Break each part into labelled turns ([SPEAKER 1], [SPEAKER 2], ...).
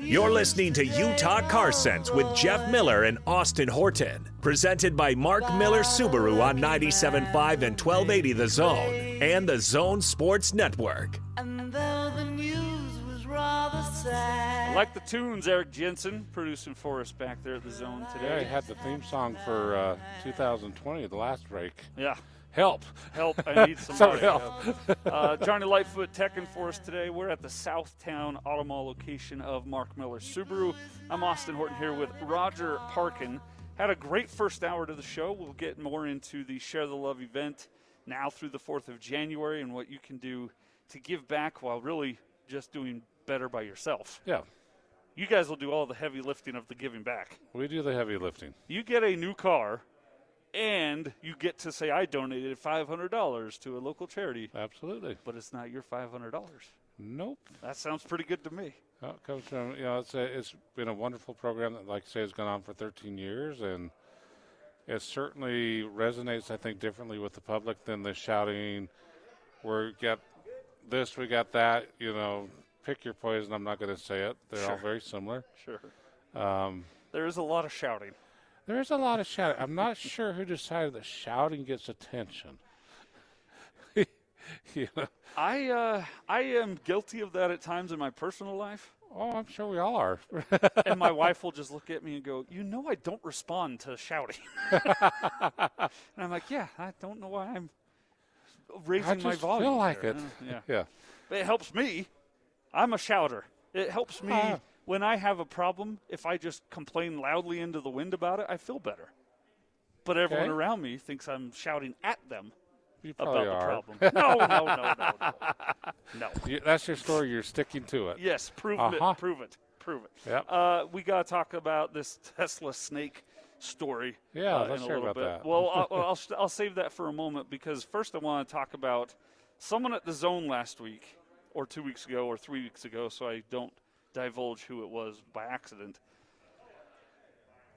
[SPEAKER 1] You're listening to Utah Car Sense with Jeff Miller and Austin Horton, presented by Mark Miller Subaru on 97.5 and 1280 The Zone and the Zone Sports Network.
[SPEAKER 2] And though the news was rather sad,
[SPEAKER 3] Like the tunes, Eric Jensen producing for us back there at the zone
[SPEAKER 4] Yeah, I
[SPEAKER 3] today.
[SPEAKER 4] had the theme song for uh, 2020, the last break.
[SPEAKER 3] Yeah,
[SPEAKER 4] Help!
[SPEAKER 3] help! I need
[SPEAKER 4] Some
[SPEAKER 3] somebody.
[SPEAKER 4] help.
[SPEAKER 3] uh, Johnny Lightfoot teching for us today. We're at the Southtown Auto Mall location of Mark Miller Subaru. I'm Austin Horton here with Roger Parkin. Had a great first hour to the show. We'll get more into the Share the Love event now through the 4th of January and what you can do to give back while really just doing better by yourself.
[SPEAKER 4] Yeah,
[SPEAKER 3] You guys will do all the heavy lifting of the giving back.
[SPEAKER 4] we do the heavy lifting.
[SPEAKER 3] you get a new car and you get to say i donated $500 to a local charity
[SPEAKER 4] Absolutely.
[SPEAKER 3] but it's not your $500
[SPEAKER 4] Nope.
[SPEAKER 3] that sounds pretty good to me
[SPEAKER 4] Well, it comes from you know it's a, it's been a wonderful program that, like I say, has gone on for 13 years, and it certainly resonates, I think, differently with the public than the shouting, "We got this, we got that." You know, pick your poison. I'm not going to say it. They're all
[SPEAKER 3] Sure.
[SPEAKER 4] very similar.
[SPEAKER 3] sure
[SPEAKER 4] Um,
[SPEAKER 3] there is a lot of shouting
[SPEAKER 4] There is a lot of shouting. I'm not sure who decided that shouting gets attention. you know?
[SPEAKER 3] i uh, i am guilty of that at times in my personal life
[SPEAKER 4] Oh, I'm sure we all are.
[SPEAKER 3] and my wife will just look at me and go you know i don't respond to shouting and i'm like yeah i don't know why i'm raising
[SPEAKER 4] I
[SPEAKER 3] my
[SPEAKER 4] just
[SPEAKER 3] volume
[SPEAKER 4] feel like
[SPEAKER 3] there."
[SPEAKER 4] it.
[SPEAKER 3] Uh, yeah
[SPEAKER 4] yeah.
[SPEAKER 3] But it helps me. I'm a shouter. It helps me
[SPEAKER 4] Ah.
[SPEAKER 3] when I have a problem. If I just complain loudly into the wind about it, I feel better. But everyone
[SPEAKER 4] Okay. Oh,
[SPEAKER 3] around me thinks I'm shouting at them
[SPEAKER 4] You
[SPEAKER 3] about
[SPEAKER 4] probably are.
[SPEAKER 3] the problem. No, no, no, no, no. No.
[SPEAKER 4] You- that's your story. You're sticking to it.
[SPEAKER 3] Yes, prove
[SPEAKER 4] Uh-huh.
[SPEAKER 3] it. Prove it. Prove it.
[SPEAKER 4] Yep.
[SPEAKER 3] Uh, we got to talk about this Tesla snake story.
[SPEAKER 4] Yeah,
[SPEAKER 3] uh, in a
[SPEAKER 4] let's hear
[SPEAKER 3] little
[SPEAKER 4] about
[SPEAKER 3] bit.
[SPEAKER 4] that.
[SPEAKER 3] Well, I'll, well, I'll, st- I'll save that for a moment because first I want to talk about someone at the zone last week, or two weeks ago, or three weeks ago, so I don't divulge who it was by accident.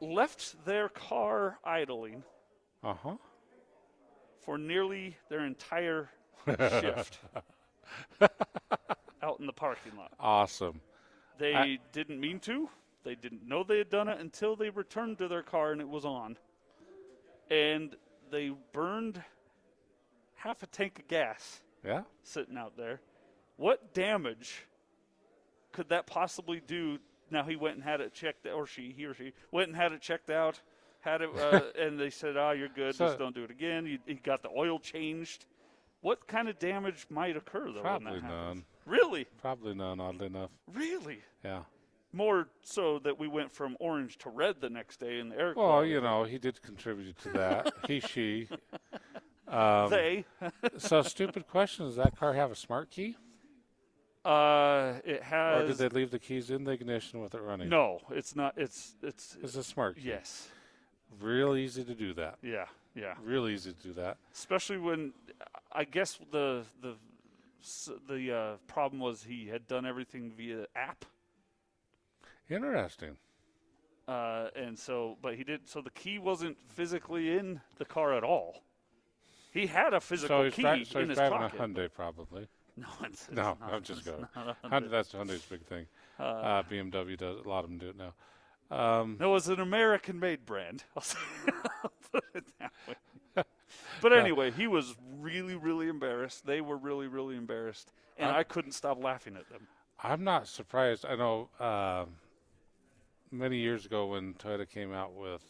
[SPEAKER 3] Left their car idling
[SPEAKER 4] Uh huh.
[SPEAKER 3] for nearly their entire shift out in the parking lot.
[SPEAKER 4] Awesome.
[SPEAKER 3] They didn't mean to. They didn't know they had done it until they returned to their car and it was on. And they burned half a tank of gas
[SPEAKER 4] Yeah.
[SPEAKER 3] sitting out there. What damage could that possibly do? Now he went and had it checked, or she, he or she went and had it checked out. Had it, uh, and they said, "Oh, you're good.
[SPEAKER 4] So-
[SPEAKER 3] Just don't do it again." He, he got the oil changed. What kind of damage might occur though? when
[SPEAKER 4] Probably
[SPEAKER 3] that happens?
[SPEAKER 4] none.
[SPEAKER 3] Really,
[SPEAKER 4] Probably none. Oddly enough.
[SPEAKER 3] really
[SPEAKER 4] Yeah.
[SPEAKER 3] more so that we went from orange to red the next day in the air
[SPEAKER 4] Well, you know, he did contribute to that. he, she. Um,
[SPEAKER 3] they
[SPEAKER 4] so, stupid question: Does that car have a smart key,
[SPEAKER 3] uh it
[SPEAKER 4] or did
[SPEAKER 3] has
[SPEAKER 4] they leave the keys in the ignition with it running?
[SPEAKER 3] no it's not it's it's
[SPEAKER 4] It's a smart key.
[SPEAKER 3] yes
[SPEAKER 4] Real easy to do that.
[SPEAKER 3] yeah yeah
[SPEAKER 4] Real easy to do that.
[SPEAKER 3] especially when i guess the the s- the uh, problem was he had done everything via app
[SPEAKER 4] Interesting.
[SPEAKER 3] uh, and so but he did so the key wasn't physically in the car at all he had a physical
[SPEAKER 4] So he's,
[SPEAKER 3] key
[SPEAKER 4] dri- so
[SPEAKER 3] in
[SPEAKER 4] he's
[SPEAKER 3] his
[SPEAKER 4] driving
[SPEAKER 3] pocket
[SPEAKER 4] a Hyundai, probably.
[SPEAKER 3] no it's, it's
[SPEAKER 4] No,
[SPEAKER 3] not.
[SPEAKER 4] I'm just
[SPEAKER 3] It's
[SPEAKER 4] going.
[SPEAKER 3] not a
[SPEAKER 4] Hyundai, that's Hyundai's big thing. Uh, BMW does a lot of them do it now. Um,
[SPEAKER 3] No, it's an American made brand. I'll say- I'll put it that way. But anyway, he was really, really embarrassed. They were really, really embarrassed. And
[SPEAKER 4] Uh-huh.
[SPEAKER 3] I couldn't stop laughing at them.
[SPEAKER 4] I'm not surprised. I know um many years ago when Toyota came out with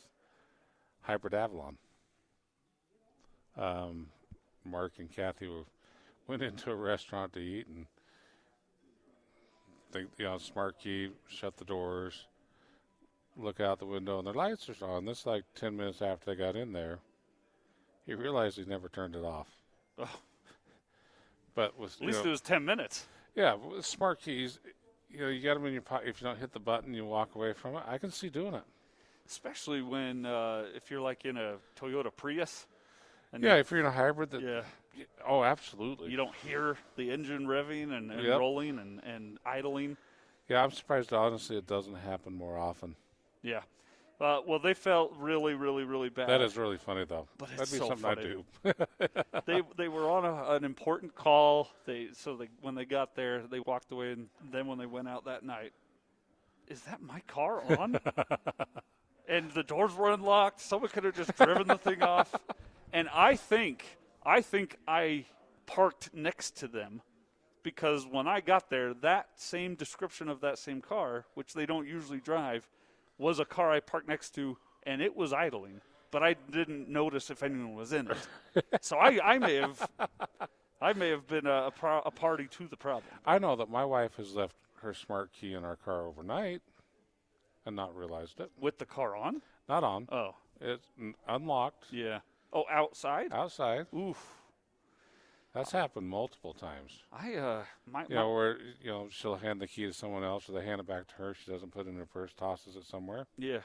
[SPEAKER 4] Hybrid Avalon, um, Mark and Kathy were, went into a restaurant to eat and think you know smart key shut the doors, look out the window and their lights are on. This is like ten minutes after they got in there, he realized he never turned it off.
[SPEAKER 3] Oh.
[SPEAKER 4] But with
[SPEAKER 3] At least
[SPEAKER 4] you know,
[SPEAKER 3] it was 10 minutes.
[SPEAKER 4] yeah, but with smart keys, you know, you got them in your pocket. If you don't hit the button, you walk away from it. I can see doing it.
[SPEAKER 3] Especially when, uh, if you're like in a Toyota Prius and
[SPEAKER 4] Yeah, if you're in a hybrid, that
[SPEAKER 3] you, yeah,
[SPEAKER 4] oh, absolutely.
[SPEAKER 3] you don't hear the engine revving and, and
[SPEAKER 4] Yep.
[SPEAKER 3] rolling and, and idling.
[SPEAKER 4] yeah, I'm surprised. Honestly, it doesn't happen more often.
[SPEAKER 3] Yeah. Uh, well, they felt really, really, really bad.
[SPEAKER 4] That is really funny, though.
[SPEAKER 3] But it's
[SPEAKER 4] That'd be
[SPEAKER 3] so
[SPEAKER 4] something I
[SPEAKER 3] funny.
[SPEAKER 4] do.
[SPEAKER 3] they they were on a, an important call. They so they when they got there, they walked away, and then when they went out that night, is that my car on? and the doors were unlocked. Someone could have just driven the thing off. And I think I think I parked next to them because when I got there, that same description of that same car, which they don't usually drive, was a car I parked next to, and it was idling. But I didn't notice if anyone was in it, so I, I may have, I may have been a, a, pro, a party to the problem.
[SPEAKER 4] I know that my wife has left her smart key in our car overnight and not realized it.
[SPEAKER 3] With the car on?
[SPEAKER 4] Not on.
[SPEAKER 3] Oh,
[SPEAKER 4] It's n- unlocked
[SPEAKER 3] yeah. Oh, outside?
[SPEAKER 4] outside.
[SPEAKER 3] Oof.
[SPEAKER 4] That's happened multiple times.
[SPEAKER 3] I uh, my,
[SPEAKER 4] You
[SPEAKER 3] my-
[SPEAKER 4] know, where you know she'll hand the key to someone else, or they hand it back to her. She doesn't put it in her purse, tosses it somewhere.
[SPEAKER 3] yeah,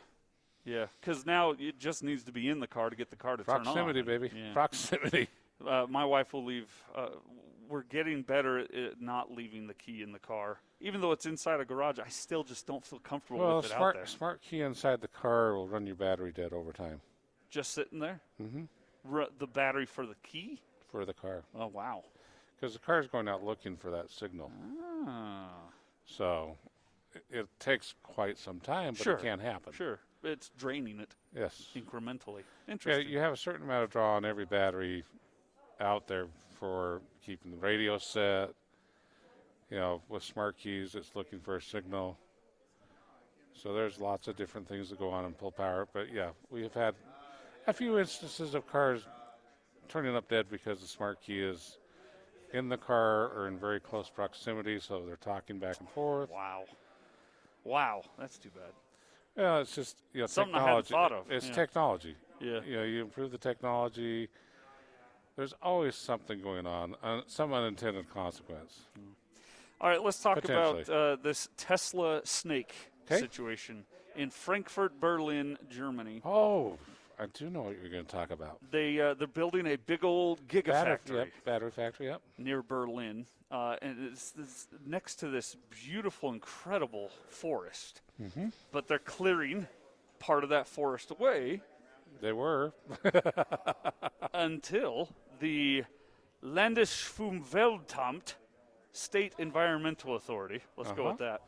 [SPEAKER 3] yeah. Because now it just needs to be in the car to get the car to
[SPEAKER 4] Proximity,
[SPEAKER 3] turn on.
[SPEAKER 4] baby.
[SPEAKER 3] Yeah.
[SPEAKER 4] Proximity.
[SPEAKER 3] uh, my wife will leave. Uh, we're getting better at it not leaving the key in the car, even though it's inside a garage. I still just don't feel comfortable
[SPEAKER 4] Well,
[SPEAKER 3] with it out
[SPEAKER 4] smart
[SPEAKER 3] there.
[SPEAKER 4] smart key inside the car will run your battery dead over time
[SPEAKER 3] Just sitting there. Mm-hmm. R- the battery for the key.
[SPEAKER 4] for the car
[SPEAKER 3] Oh wow.
[SPEAKER 4] because the car's going out looking for that signal.
[SPEAKER 3] Ah.
[SPEAKER 4] So it, it takes quite some time, but
[SPEAKER 3] Sure.
[SPEAKER 4] it can happen.
[SPEAKER 3] Sure, it's draining it
[SPEAKER 4] Yes.
[SPEAKER 3] incrementally.
[SPEAKER 4] Yeah,
[SPEAKER 3] Interesting.
[SPEAKER 4] you have a certain amount of draw on every battery out there for keeping the radio set. You know, with smart keys, it's looking for a signal. So there's lots of different things that go on in pull power. But yeah, we have had a few instances of cars turning up dead because the smart key is in the car or in very close proximity, so they're talking back and forth.
[SPEAKER 3] Wow. Wow, that's too bad.
[SPEAKER 4] Yeah, it's just you know,
[SPEAKER 3] Something I hadn't
[SPEAKER 4] technology.
[SPEAKER 3] thought of,
[SPEAKER 4] It's
[SPEAKER 3] yeah.
[SPEAKER 4] technology.
[SPEAKER 3] Yeah.
[SPEAKER 4] You know, you improve the technology. There's always something going on, uh, some unintended consequence.
[SPEAKER 3] Mm-hmm. All right, let's talk about
[SPEAKER 4] Potentially.
[SPEAKER 3] uh, this Tesla snake
[SPEAKER 4] 'Kay.
[SPEAKER 3] situation in Frankfurt, Berlin, Germany.
[SPEAKER 4] Oh, I do know what you're going to talk about.
[SPEAKER 3] They uh, they're building a big old
[SPEAKER 4] Battery,
[SPEAKER 3] gigafactory.
[SPEAKER 4] yep, battery factory, yep.
[SPEAKER 3] near Berlin, uh, and it's, it's next to this beautiful, incredible forest.
[SPEAKER 4] Mm-hmm.
[SPEAKER 3] But they're clearing part of that forest away
[SPEAKER 4] They were.
[SPEAKER 3] until the Landesumweltamt, State Environmental Authority, let's go with that,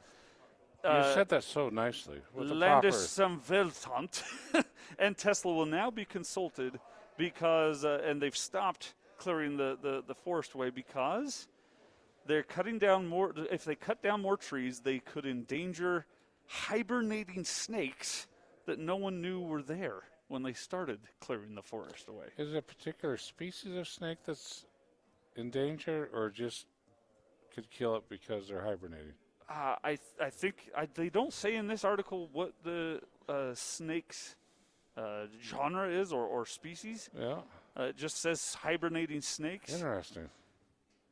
[SPEAKER 3] Uh,
[SPEAKER 4] you said that Uh-huh. so nicely with the proper.
[SPEAKER 3] Landesumweltamt and Tesla will now be consulted because, uh, and they've stopped clearing the, the, the forest away because they're cutting down more. If they cut down more trees, they could endanger hibernating snakes that no one knew were there when they started clearing the forest away.
[SPEAKER 4] Is it a particular species of snake that's in danger, or just could kill it because they're hibernating?
[SPEAKER 3] Uh, I th- I think I, they don't say in this article what the uh, snake's uh, genre is or, or species.
[SPEAKER 4] Yeah,
[SPEAKER 3] Uh, it just says hibernating snakes.
[SPEAKER 4] interesting.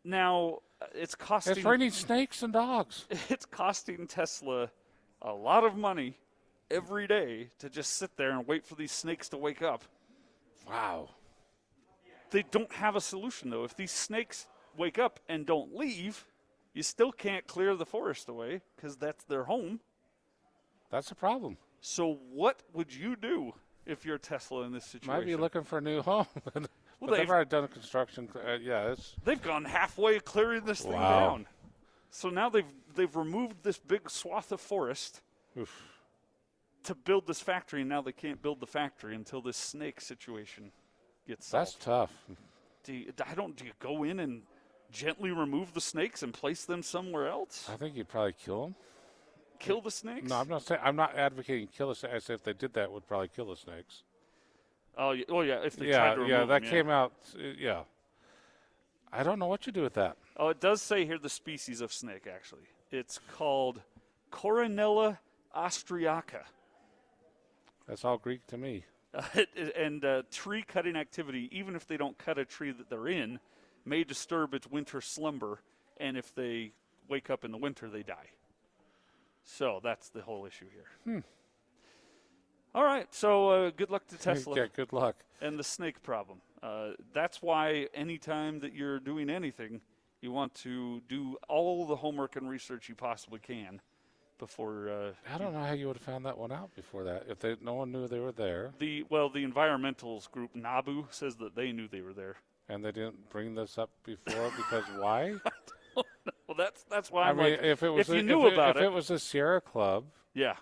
[SPEAKER 3] Now uh, it's costing
[SPEAKER 4] It's raining snakes and dogs.
[SPEAKER 3] it's costing Tesla a lot of money every day to just sit there and wait for these snakes to wake up.
[SPEAKER 4] Wow.
[SPEAKER 3] They don't have a solution though. If these snakes wake up and don't leave, you still can't clear the forest away because that's their home.
[SPEAKER 4] That's a problem.
[SPEAKER 3] So what would you do if you're Tesla in this situation?
[SPEAKER 4] Might be looking for a new home. well, but
[SPEAKER 3] they've-
[SPEAKER 4] they've already done a construction. Uh, yeah, it's
[SPEAKER 3] They've gone halfway clearing this thing
[SPEAKER 4] Wow.
[SPEAKER 3] down. So now they've they've removed this big swath of forest to build this factory, and now they can't build the factory until this snake situation gets
[SPEAKER 4] that's
[SPEAKER 3] solved.
[SPEAKER 4] tough.
[SPEAKER 3] Do you, I don't. Do you go in and gently remove the snakes and place them somewhere else?
[SPEAKER 4] I think you'd probably kill them.
[SPEAKER 3] Kill the snakes?
[SPEAKER 4] No, I'm not saying I'm not advocating kill the snakes. I said if they did that, would probably kill the snakes.
[SPEAKER 3] Oh, yeah, oh yeah. If they tried
[SPEAKER 4] yeah,
[SPEAKER 3] to remove
[SPEAKER 4] yeah, that
[SPEAKER 3] them,
[SPEAKER 4] came out. uh, yeah, I don't know what you do with that.
[SPEAKER 3] Oh, it does say here the species of snake, actually. It's called Coronella austriaca.
[SPEAKER 4] That's all Greek to me.
[SPEAKER 3] Uh, it- it- and uh, tree cutting activity, even if they don't cut a tree that they're in, may disturb its winter slumber. And if they wake up in the winter, they die. So that's the whole issue here. All right. So uh, good luck to Tesla
[SPEAKER 4] yeah, good luck.
[SPEAKER 3] and the snake problem. Uh, that's why anytime that you're doing anything, you want to do all the homework and research you possibly can before uh,
[SPEAKER 4] I don't know how you would have found that one out before that. If they, no one knew they were there
[SPEAKER 3] the well, the environmentals group NABU says that they knew they were there.
[SPEAKER 4] and they didn't bring this up before, because why?
[SPEAKER 3] Well, that's that's why
[SPEAKER 4] I
[SPEAKER 3] I'm
[SPEAKER 4] mean,
[SPEAKER 3] like,
[SPEAKER 4] if it was,
[SPEAKER 3] you
[SPEAKER 4] a-
[SPEAKER 3] knew
[SPEAKER 4] if
[SPEAKER 3] about
[SPEAKER 4] if
[SPEAKER 3] it,
[SPEAKER 4] it was the Sierra Club,
[SPEAKER 3] Yeah.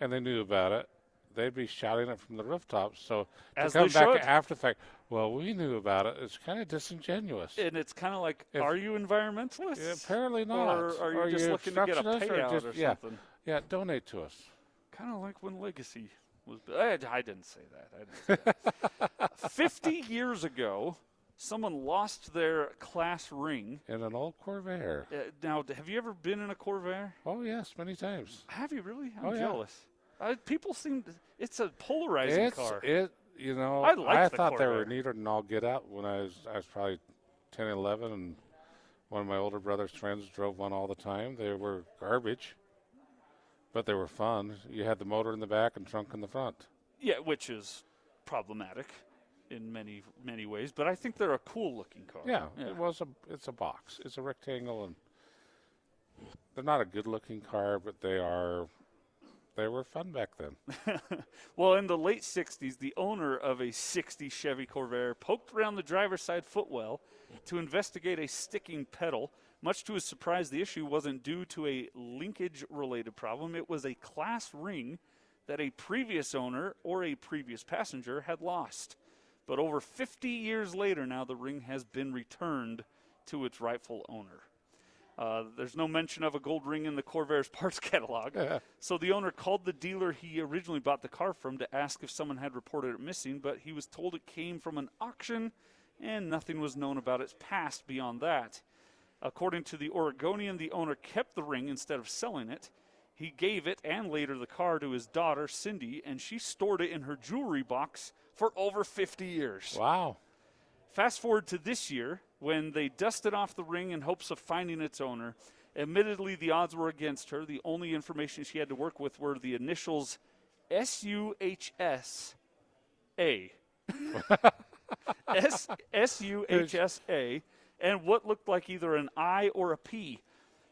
[SPEAKER 4] and they knew about it, they'd be shouting it from the rooftops. So to
[SPEAKER 3] As
[SPEAKER 4] come
[SPEAKER 3] they
[SPEAKER 4] back
[SPEAKER 3] should.
[SPEAKER 4] after the fact, well, we knew about it. It's kind of disingenuous.
[SPEAKER 3] And it's kind of like,
[SPEAKER 4] If-
[SPEAKER 3] are you environmentalists?
[SPEAKER 4] Yeah, apparently not.
[SPEAKER 3] Or are you just looking to get a
[SPEAKER 4] obstructionist
[SPEAKER 3] payout or,
[SPEAKER 4] just- yeah,
[SPEAKER 3] something?
[SPEAKER 4] yeah, donate to us.
[SPEAKER 3] Kind of like when Legacy was. I, I didn't say that. I didn't say that. 50 years ago, someone lost their class ring.
[SPEAKER 4] In an old Corvair.
[SPEAKER 3] Uh, now, d- have you ever been in a Corvair?
[SPEAKER 4] Oh yes, many times.
[SPEAKER 3] Have you really? I'm
[SPEAKER 4] Oh, yeah.
[SPEAKER 3] jealous. Uh, people seem to, it's a polarizing
[SPEAKER 4] it's
[SPEAKER 3] car.
[SPEAKER 4] it. You know,
[SPEAKER 3] I like the
[SPEAKER 4] thought they were
[SPEAKER 3] Corvair.
[SPEAKER 4] neater than all get out when I was I was probably 10, 11, and one of my older brother's friends drove one all the time. They were garbage, but they were fun. You had the motor in the back and trunk in the front.
[SPEAKER 3] yeah, which is problematic in many many ways, but I think they're a cool looking car.
[SPEAKER 4] Yeah, it was a. It's a box. It's a rectangle, and they're not a good-looking car, but they are. They were fun back then.
[SPEAKER 3] Well, in the late 60s, the owner of a 60 Chevy Corvair poked around the driver's side footwell to investigate a sticking pedal. Much to his surprise, the issue wasn't due to a linkage related problem, it was a class ring that a previous owner or a previous passenger had lost. But over 50 years later, now the ring has been returned to its rightful owner. Uh, there's no mention of a gold ring in the Corvair's parts catalog. so the owner called the dealer he originally bought the car from to ask if someone had reported it missing, but he was told it came from an auction and nothing was known about its past beyond that. According to the Oregonian, the owner kept the ring instead of selling it. He gave it and later the car to his daughter, Cindy, and she stored it in her jewelry box for over 50 years.
[SPEAKER 4] Wow.
[SPEAKER 3] Fast forward to this year when they dusted off the ring in hopes of finding its owner. Admittedly, the odds were against her. The only information she had to work with were the initials S U H S A. S S U H S A, and what looked like either an I or a P.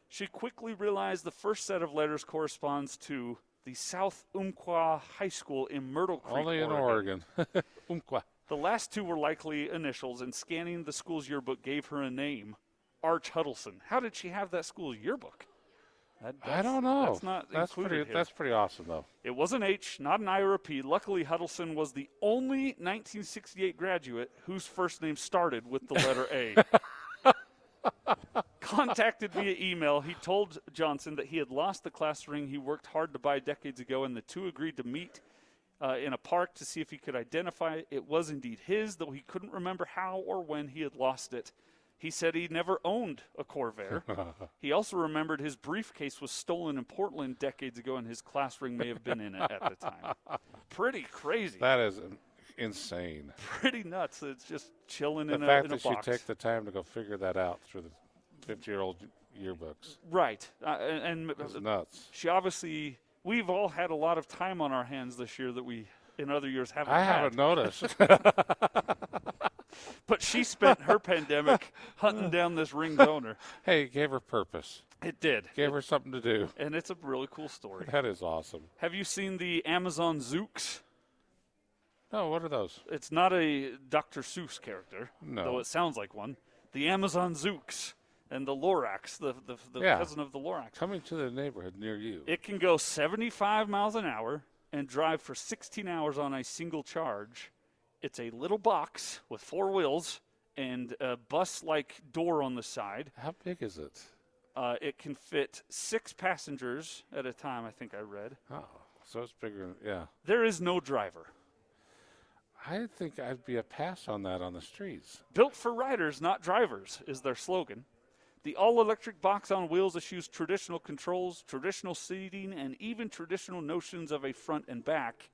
[SPEAKER 3] She quickly realized the first set of letters corresponds to the South Umpqua High School in Myrtle Creek.
[SPEAKER 4] Only in Oregon. Um, Umpqua.
[SPEAKER 3] The last two were likely initials, and scanning the school's yearbook gave her a name, Arch Huddleston. How did she have that school's yearbook? That-
[SPEAKER 4] I
[SPEAKER 3] that's-
[SPEAKER 4] don't know.
[SPEAKER 3] That's not included
[SPEAKER 4] pretty.
[SPEAKER 3] here.
[SPEAKER 4] That's pretty awesome, though.
[SPEAKER 3] It was an H, not an I or a P. Luckily, Huddleston was the only 1968 graduate whose first name started with the letter A. Contacted via email, he told Johnson that he had lost the class ring he worked hard to buy decades ago, and the two agreed to meet uh, in a park to see if he could identify it. it was indeed his, though he couldn't remember how or when he had lost it. He said he never owned a Corvair. He also remembered his briefcase was stolen in Portland decades ago, and his class ring may have been in it at the time. Pretty crazy,
[SPEAKER 4] That is in- insane.
[SPEAKER 3] pretty nuts. that It's just chilling
[SPEAKER 4] The
[SPEAKER 3] in, a,
[SPEAKER 4] fact
[SPEAKER 3] in a
[SPEAKER 4] that you
[SPEAKER 3] box.
[SPEAKER 4] take the time to go figure that out through the 50 year old yearbooks
[SPEAKER 3] right, uh, and,
[SPEAKER 4] is
[SPEAKER 3] and
[SPEAKER 4] nuts.
[SPEAKER 3] she obviously we've all had a lot of time on our hands this year that we in other years haven't.
[SPEAKER 4] I
[SPEAKER 3] had.
[SPEAKER 4] haven't noticed.
[SPEAKER 3] But she spent her pandemic hunting down this ring's owner.
[SPEAKER 4] hey, it gave her purpose,
[SPEAKER 3] It did,
[SPEAKER 4] gave her something to do.
[SPEAKER 3] and it's a really cool story.
[SPEAKER 4] That is awesome.
[SPEAKER 3] Have you seen the Amazon Zooks?
[SPEAKER 4] No, what are those?
[SPEAKER 3] It's not a Dr. Seuss character,
[SPEAKER 4] No.
[SPEAKER 3] though it sounds like one. The Amazon Zooks and the Lorax, the, the, the
[SPEAKER 4] Yeah.
[SPEAKER 3] cousin of the Lorax.
[SPEAKER 4] Coming to the neighborhood near you.
[SPEAKER 3] It can go 75 miles an hour and drive for 16 hours on a single charge. It's a little box with four wheels and a bus like door on the side.
[SPEAKER 4] How big is it?
[SPEAKER 3] Uh, it can fit six passengers at a time, I think I read.
[SPEAKER 4] Oh, so it's bigger. than- Yeah.
[SPEAKER 3] There is no driver.
[SPEAKER 4] I think I'd be a pass on that on the streets.
[SPEAKER 3] Built for riders, not drivers, is their slogan. The all electric box on wheels eschews traditional controls, traditional seating, and even traditional notions of a front and back.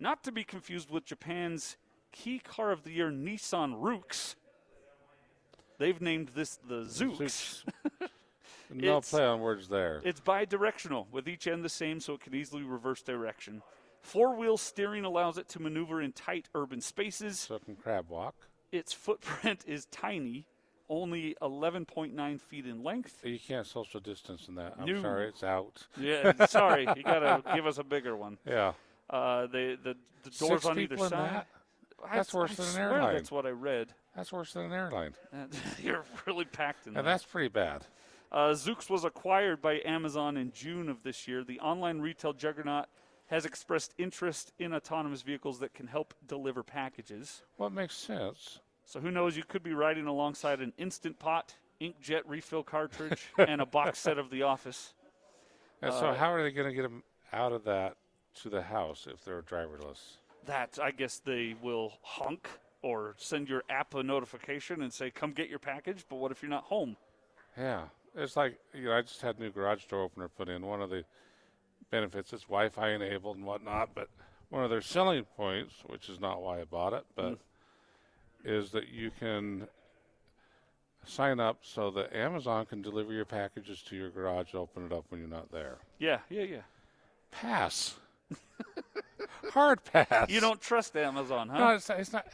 [SPEAKER 3] Not to be confused with Japan's key car of the year, Nissan Rooks. They've named this the Zooks.
[SPEAKER 4] No
[SPEAKER 3] It's-
[SPEAKER 4] play on words there.
[SPEAKER 3] It's bi directional, with each end the same so it can easily reverse direction. Four wheel steering allows it to maneuver in tight urban spaces.
[SPEAKER 4] So it can crab walk.
[SPEAKER 3] Its footprint is tiny, only 11.9 feet in length.
[SPEAKER 4] You can't social distance in that. I'm
[SPEAKER 3] No.
[SPEAKER 4] sorry, it's out.
[SPEAKER 3] Yeah, sorry, you gotta give us a bigger one.
[SPEAKER 4] Yeah.
[SPEAKER 3] Uh, they, the the doors
[SPEAKER 4] Six
[SPEAKER 3] on either
[SPEAKER 4] people in
[SPEAKER 3] side.
[SPEAKER 4] that?
[SPEAKER 3] I-
[SPEAKER 4] That's worse
[SPEAKER 3] I
[SPEAKER 4] than an
[SPEAKER 3] swear
[SPEAKER 4] airline.
[SPEAKER 3] That's what I read.
[SPEAKER 4] That's worse than an airline.
[SPEAKER 3] Uh, You're really packed in
[SPEAKER 4] And
[SPEAKER 3] there.
[SPEAKER 4] that's pretty bad.
[SPEAKER 3] Uh, Zooks was acquired by Amazon in June of this year. The online retail juggernaut has expressed interest in autonomous vehicles that can help deliver packages.
[SPEAKER 4] Well, it makes sense.
[SPEAKER 3] So who knows? You could be riding alongside an instant pot, inkjet refill cartridge, and a box set of The Office.
[SPEAKER 4] And
[SPEAKER 3] Uh,
[SPEAKER 4] so, how are they going to get them out of that to the house if they're driverless?
[SPEAKER 3] That I guess they will honk or send your app a notification and say, "Come get your package." But what if you're not home?
[SPEAKER 4] Yeah, it's like you know, I just had a new garage door opener put in. One of the benefits it's Wi-Fi enabled and whatnot, but one of their selling points, which is not why I bought it, but
[SPEAKER 3] Hmm.
[SPEAKER 4] is that you can sign up so that Amazon can deliver your packages to your garage, open it up when you're not there.
[SPEAKER 3] Yeah, yeah, yeah.
[SPEAKER 4] Pass. Hard pass.
[SPEAKER 3] You don't trust Amazon, huh?
[SPEAKER 4] No, it's not. It's not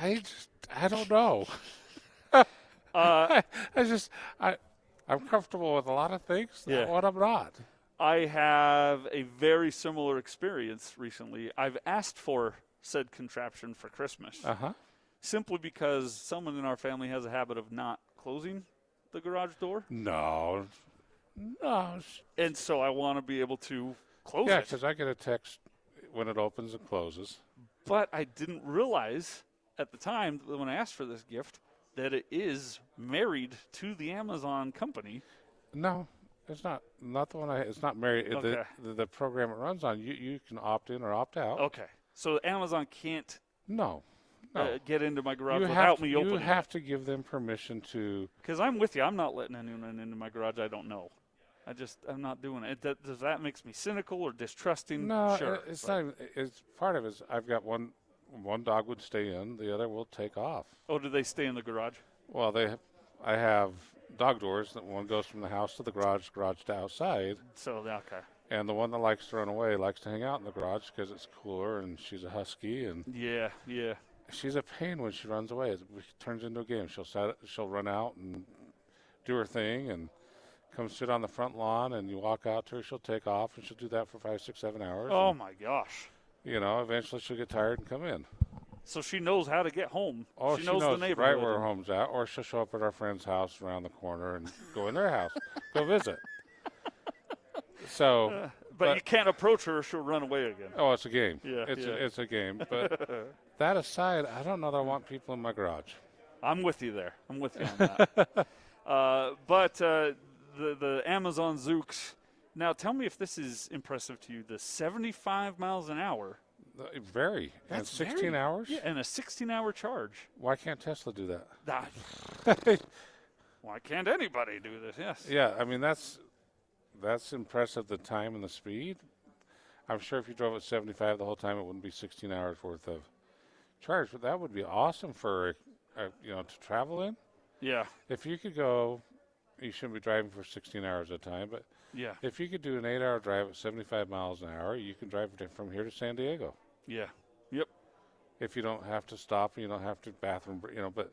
[SPEAKER 4] I just, I don't know. Uh. I, I just, I, I'm comfortable with a lot of things.
[SPEAKER 3] Yeah.
[SPEAKER 4] Yeah. What I'm not.
[SPEAKER 3] I have a very similar experience recently. I've asked for said contraption for Christmas
[SPEAKER 4] Uh huh.
[SPEAKER 3] simply because someone in our family has a habit of not closing the garage door,
[SPEAKER 4] No, no. it's-
[SPEAKER 3] and so I want to be able to close
[SPEAKER 4] Yeah,
[SPEAKER 3] it.
[SPEAKER 4] because I get a text when it opens and closes.
[SPEAKER 3] But I didn't realize at the time that when I asked for this gift that it is married to the Amazon company.
[SPEAKER 4] No, it's not. Not the one I. It's not married. It-
[SPEAKER 3] Okay.
[SPEAKER 4] The, the, the program it runs on. You you can opt in or opt out.
[SPEAKER 3] Okay, so Amazon can't
[SPEAKER 4] No, no.
[SPEAKER 3] uh, get into my garage
[SPEAKER 4] you
[SPEAKER 3] without
[SPEAKER 4] have to,
[SPEAKER 3] me
[SPEAKER 4] you
[SPEAKER 3] opening.
[SPEAKER 4] have to give them permission to.
[SPEAKER 3] Because I'm with you. I'm not letting anyone into my garage I don't know. I just, I'm not doing it. That, does that makes me cynical or distrusting?
[SPEAKER 4] No,
[SPEAKER 3] sure.
[SPEAKER 4] it- it's
[SPEAKER 3] but-
[SPEAKER 4] not. even- It's part of it. is I've got one. One dog would stay in. The other will take off.
[SPEAKER 3] Oh, do they stay in the garage?
[SPEAKER 4] Well, they. Have, I have dog doors. That one goes from the house to the garage, garage to outside,
[SPEAKER 3] So, yeah, okay.
[SPEAKER 4] and the one that likes to run away likes to hang out in the garage because it's cooler. And she's a husky, and
[SPEAKER 3] Yeah, yeah.
[SPEAKER 4] she's a pain when she runs away. It turns into a game. She'll set, she'll run out and do her thing, and come sit on the front lawn. And you walk out to her, she'll take off, and she'll do that for five, six, seven hours.
[SPEAKER 3] Oh,
[SPEAKER 4] and,
[SPEAKER 3] my gosh.
[SPEAKER 4] you know, eventually she'll get tired and come in.
[SPEAKER 3] So she knows how to get home.
[SPEAKER 4] Oh,
[SPEAKER 3] she, knows, the neighborhood.
[SPEAKER 4] right where her home's at, or she'll show up at our friend's house around the corner and go in their house, go visit. So,
[SPEAKER 3] but, you can't approach her or she'll run away again.
[SPEAKER 4] oh, it's a game.
[SPEAKER 3] Yeah,
[SPEAKER 4] it's
[SPEAKER 3] yeah.
[SPEAKER 4] A, it's a game. But that aside, I don't know that I want people in my garage.
[SPEAKER 3] I'm with you there. I'm with you on that. uh, but uh, the, the Amazon Zooks. Now, tell me if this is impressive to you. The 75 miles an hour
[SPEAKER 4] Uh, Very. and 16
[SPEAKER 3] very-
[SPEAKER 4] hours?
[SPEAKER 3] yeah, and a 16 hour charge.
[SPEAKER 4] Why can't Tesla do that?
[SPEAKER 3] Ah, Why can't anybody do this? Yes.
[SPEAKER 4] Yeah, I mean that's that's impressive the time and the speed. I'm sure if you drove at 75 the whole time, it wouldn't be 16 hours worth of charge, but that would be awesome for uh, you know to travel in.
[SPEAKER 3] Yeah.
[SPEAKER 4] If you could go, you shouldn't be driving for 16 hours at a time, but
[SPEAKER 3] Yeah.
[SPEAKER 4] if you could do an eight-hour drive at 75 miles an hour, you can drive it from here to San Diego.
[SPEAKER 3] Yeah. Yep.
[SPEAKER 4] If you don't have to stop, you don't have to bathroom, br- you know, but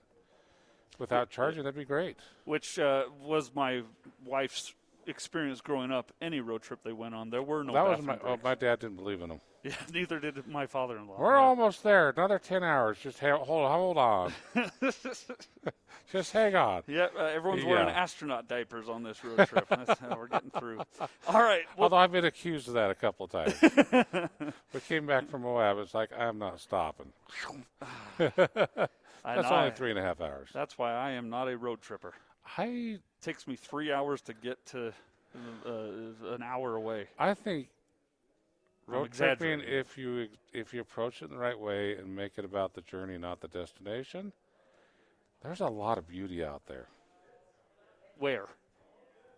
[SPEAKER 4] without charging, that'd be great.
[SPEAKER 3] Which uh, was my wife's experience growing up. Any road trip they went on, there were no.
[SPEAKER 4] That was my.
[SPEAKER 3] bathroom
[SPEAKER 4] Oh,
[SPEAKER 3] breaks.
[SPEAKER 4] my dad didn't believe in them.
[SPEAKER 3] Yeah, neither did my father-in-law.
[SPEAKER 4] We're
[SPEAKER 3] Yeah.
[SPEAKER 4] almost there. Another ten hours. Just ha- hold, hold on. Just hang on.
[SPEAKER 3] Yeah, uh, everyone's wearing
[SPEAKER 4] Yeah.
[SPEAKER 3] astronaut diapers on this road trip. That's how we're getting through. All right. Well,
[SPEAKER 4] Although I've been accused of that a couple of times. we came back from Moab. It's like I'm not stopping.
[SPEAKER 3] and
[SPEAKER 4] That's only
[SPEAKER 3] I-
[SPEAKER 4] three and a half hours.
[SPEAKER 3] That's why I am not a road tripper.
[SPEAKER 4] I
[SPEAKER 3] takes me three hours to get to uh, uh, an hour away.
[SPEAKER 4] I think road tripping.
[SPEAKER 3] exaggerating.
[SPEAKER 4] If you ex- if you approach it the right way and make it about the journey, not the destination, there's a lot of beauty out there,
[SPEAKER 3] Where?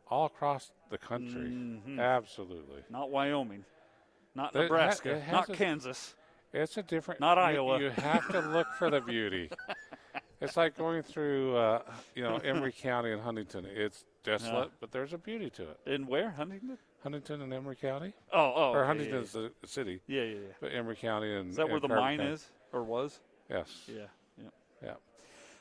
[SPEAKER 4] all across the country.
[SPEAKER 3] Mm-hmm.
[SPEAKER 4] Absolutely.
[SPEAKER 3] Not Wyoming. Not
[SPEAKER 4] There- it ha-
[SPEAKER 3] Nebraska.
[SPEAKER 4] it has
[SPEAKER 3] not
[SPEAKER 4] a-
[SPEAKER 3] Kansas.
[SPEAKER 4] It's a different.
[SPEAKER 3] Not
[SPEAKER 4] you-
[SPEAKER 3] Iowa.
[SPEAKER 4] You have to look for the beauty. It's like going through, uh, you know, Emory County and Huntington. It's desolate, but there's a beauty to it.
[SPEAKER 3] In where? Huntington?
[SPEAKER 4] Huntington and Emory County,
[SPEAKER 3] Oh, oh.
[SPEAKER 4] or
[SPEAKER 3] okay,
[SPEAKER 4] Huntington is the city,
[SPEAKER 3] yeah, yeah, yeah, yeah. yeah.
[SPEAKER 4] but Emory County and
[SPEAKER 3] Is that where
[SPEAKER 4] and
[SPEAKER 3] the
[SPEAKER 4] Carbon
[SPEAKER 3] mine
[SPEAKER 4] County.
[SPEAKER 3] is or was?
[SPEAKER 4] Yes.
[SPEAKER 3] Yeah, yeah.
[SPEAKER 4] Yeah.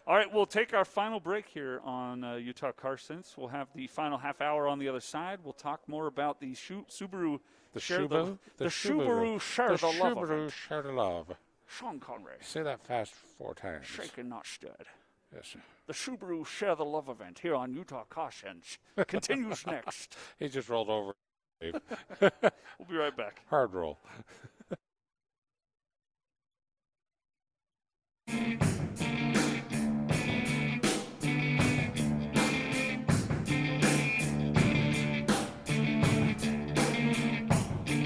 [SPEAKER 3] All right, we'll take our final break here on uh, Utah Car Sense. We'll have the final half hour on the other side. We'll talk more about the Shu- Subaru.
[SPEAKER 4] The
[SPEAKER 3] share
[SPEAKER 4] Subaru,
[SPEAKER 3] the, the Subaru share the, love
[SPEAKER 4] Subaru
[SPEAKER 3] event.
[SPEAKER 4] share the love.
[SPEAKER 3] Sean Conray,
[SPEAKER 4] Say that fast four times.
[SPEAKER 3] shaken not stirred.
[SPEAKER 4] Yes, sir.
[SPEAKER 3] The Subaru Share the Love event here on Utah Car Sense continues next.
[SPEAKER 4] He just rolled over. Dave.
[SPEAKER 3] We'll be right back.
[SPEAKER 4] Hard roll.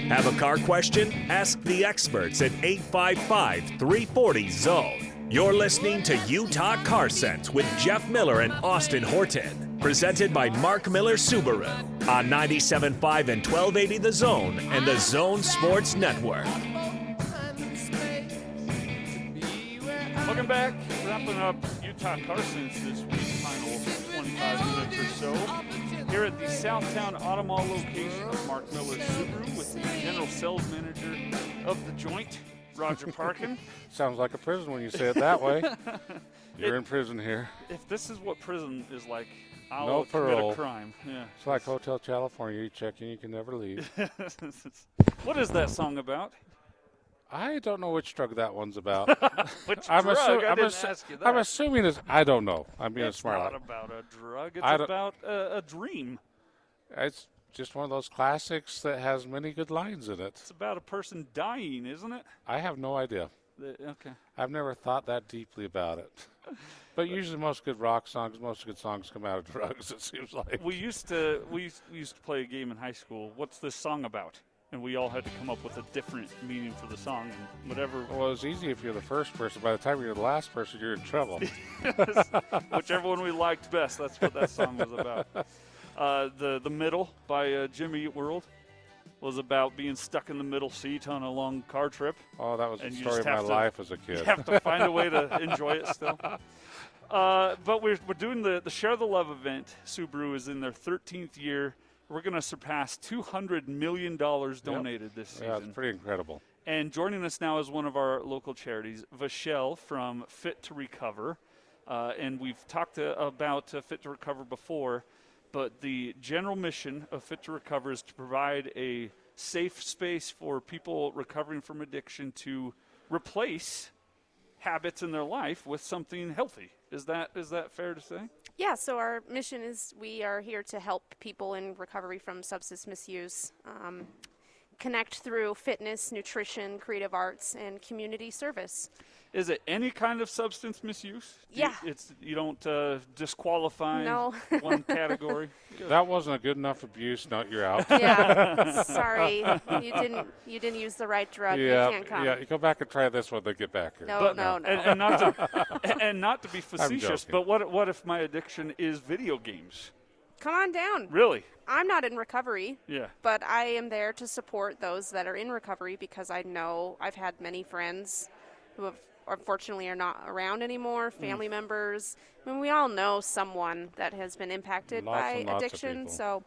[SPEAKER 1] Have a car question? Ask the experts at 855 340 Zone. You're listening to Utah Car Sense with Jeff Miller and Austin Horton. Presented by Mark Miller Subaru on 97.5 and 1280 The Zone and the Zone Sports Network.
[SPEAKER 3] Welcome back. Wrapping up Utah Carson's this week, final 25 minutes or so. Here at the Southtown Auto Mall location of Mark Miller Subaru with the general sales manager of the joint, Roger Parkin.
[SPEAKER 4] Sounds like a prison when you say it that way. You're in prison here.
[SPEAKER 3] if this is what prison is like, I'll
[SPEAKER 4] No
[SPEAKER 3] commit
[SPEAKER 4] parole.
[SPEAKER 3] a crime. Yeah.
[SPEAKER 4] It's like Hotel California. You check in, you can never leave.
[SPEAKER 3] what is that song about?
[SPEAKER 4] I don't know which drug that one's about.
[SPEAKER 3] Which
[SPEAKER 4] I'm,
[SPEAKER 3] drug?
[SPEAKER 4] assu-
[SPEAKER 3] I
[SPEAKER 4] I'm,
[SPEAKER 3] didn't
[SPEAKER 4] assu-
[SPEAKER 3] ask you that.
[SPEAKER 4] I'm assuming it's. I don't know. I'm being
[SPEAKER 3] it's
[SPEAKER 4] a smart
[SPEAKER 3] not
[SPEAKER 4] aleck.
[SPEAKER 3] about a drug. It's
[SPEAKER 4] I don't-
[SPEAKER 3] about a, a dream.
[SPEAKER 4] It's just one of those classics that has many good lines in it.
[SPEAKER 3] It's about a person dying, isn't it?
[SPEAKER 4] I have no idea.
[SPEAKER 3] The- okay.
[SPEAKER 4] I've never thought that deeply about it. But usually, most good rock songs, most good songs come out of drugs. It seems like.
[SPEAKER 3] We used to we used, we used to play a game in high school. What's this song about? And we all had to come up with a different meaning for the song and whatever,
[SPEAKER 4] Well, it's easy if you're the first person. By the time you're the last person, you're in trouble.
[SPEAKER 3] whichever one we liked best. That's what that song was about. Uh, the the middle by uh, Jimmy Eat World was about being stuck in the middle seat on a long car trip.
[SPEAKER 4] Oh, that was
[SPEAKER 3] And
[SPEAKER 4] the
[SPEAKER 3] you
[SPEAKER 4] story of
[SPEAKER 3] just
[SPEAKER 4] my
[SPEAKER 3] have to-
[SPEAKER 4] life as a kid.
[SPEAKER 3] have to find a way to enjoy it still. Uh, but we're, we're doing the, the Share the Love event. Subaru is in their 13th year. We're going to surpass $200 million donated this
[SPEAKER 4] Yeah,
[SPEAKER 3] season.
[SPEAKER 4] it's pretty incredible.
[SPEAKER 3] and joining us now is one of our local charities, Vachelle from Fit to Recover. Uh, and we've talked uh, about uh, Fit to Recover before, but the general mission of Fit to Recover is to provide a safe space for people recovering from addiction to replace habits in their life with something healthy. Is that is that fair to say?
[SPEAKER 5] Yeah, so our mission is we are here to help people in recovery from substance misuse um, connect through fitness, nutrition, creative arts, and community service.
[SPEAKER 3] Is it any kind of substance misuse? Do you-
[SPEAKER 5] Yeah.
[SPEAKER 3] it's you don't uh, disqualify
[SPEAKER 5] No.
[SPEAKER 3] one category.
[SPEAKER 4] That wasn't a good enough abuse. No, you're out.
[SPEAKER 5] Yeah, sorry, you didn't you didn't use the right drug.
[SPEAKER 4] yeah,
[SPEAKER 5] you can't come.
[SPEAKER 4] yeah. You go back and try this one. They get back here.
[SPEAKER 5] No,
[SPEAKER 3] But-
[SPEAKER 5] Oh, no, no.
[SPEAKER 3] and, and not to and not to be facetious,
[SPEAKER 4] joking.
[SPEAKER 3] but what what if my addiction is video games?
[SPEAKER 5] come on down.
[SPEAKER 3] Really?
[SPEAKER 5] I'm not in recovery.
[SPEAKER 3] Yeah.
[SPEAKER 5] But I am there to support those that are in recovery because I know I've had many friends who have unfortunately are not around anymore,
[SPEAKER 4] Mm.
[SPEAKER 5] family members. I mean, we all know someone that has been impacted
[SPEAKER 4] Lots
[SPEAKER 5] by
[SPEAKER 4] and lots of
[SPEAKER 5] addiction,
[SPEAKER 4] people.
[SPEAKER 5] so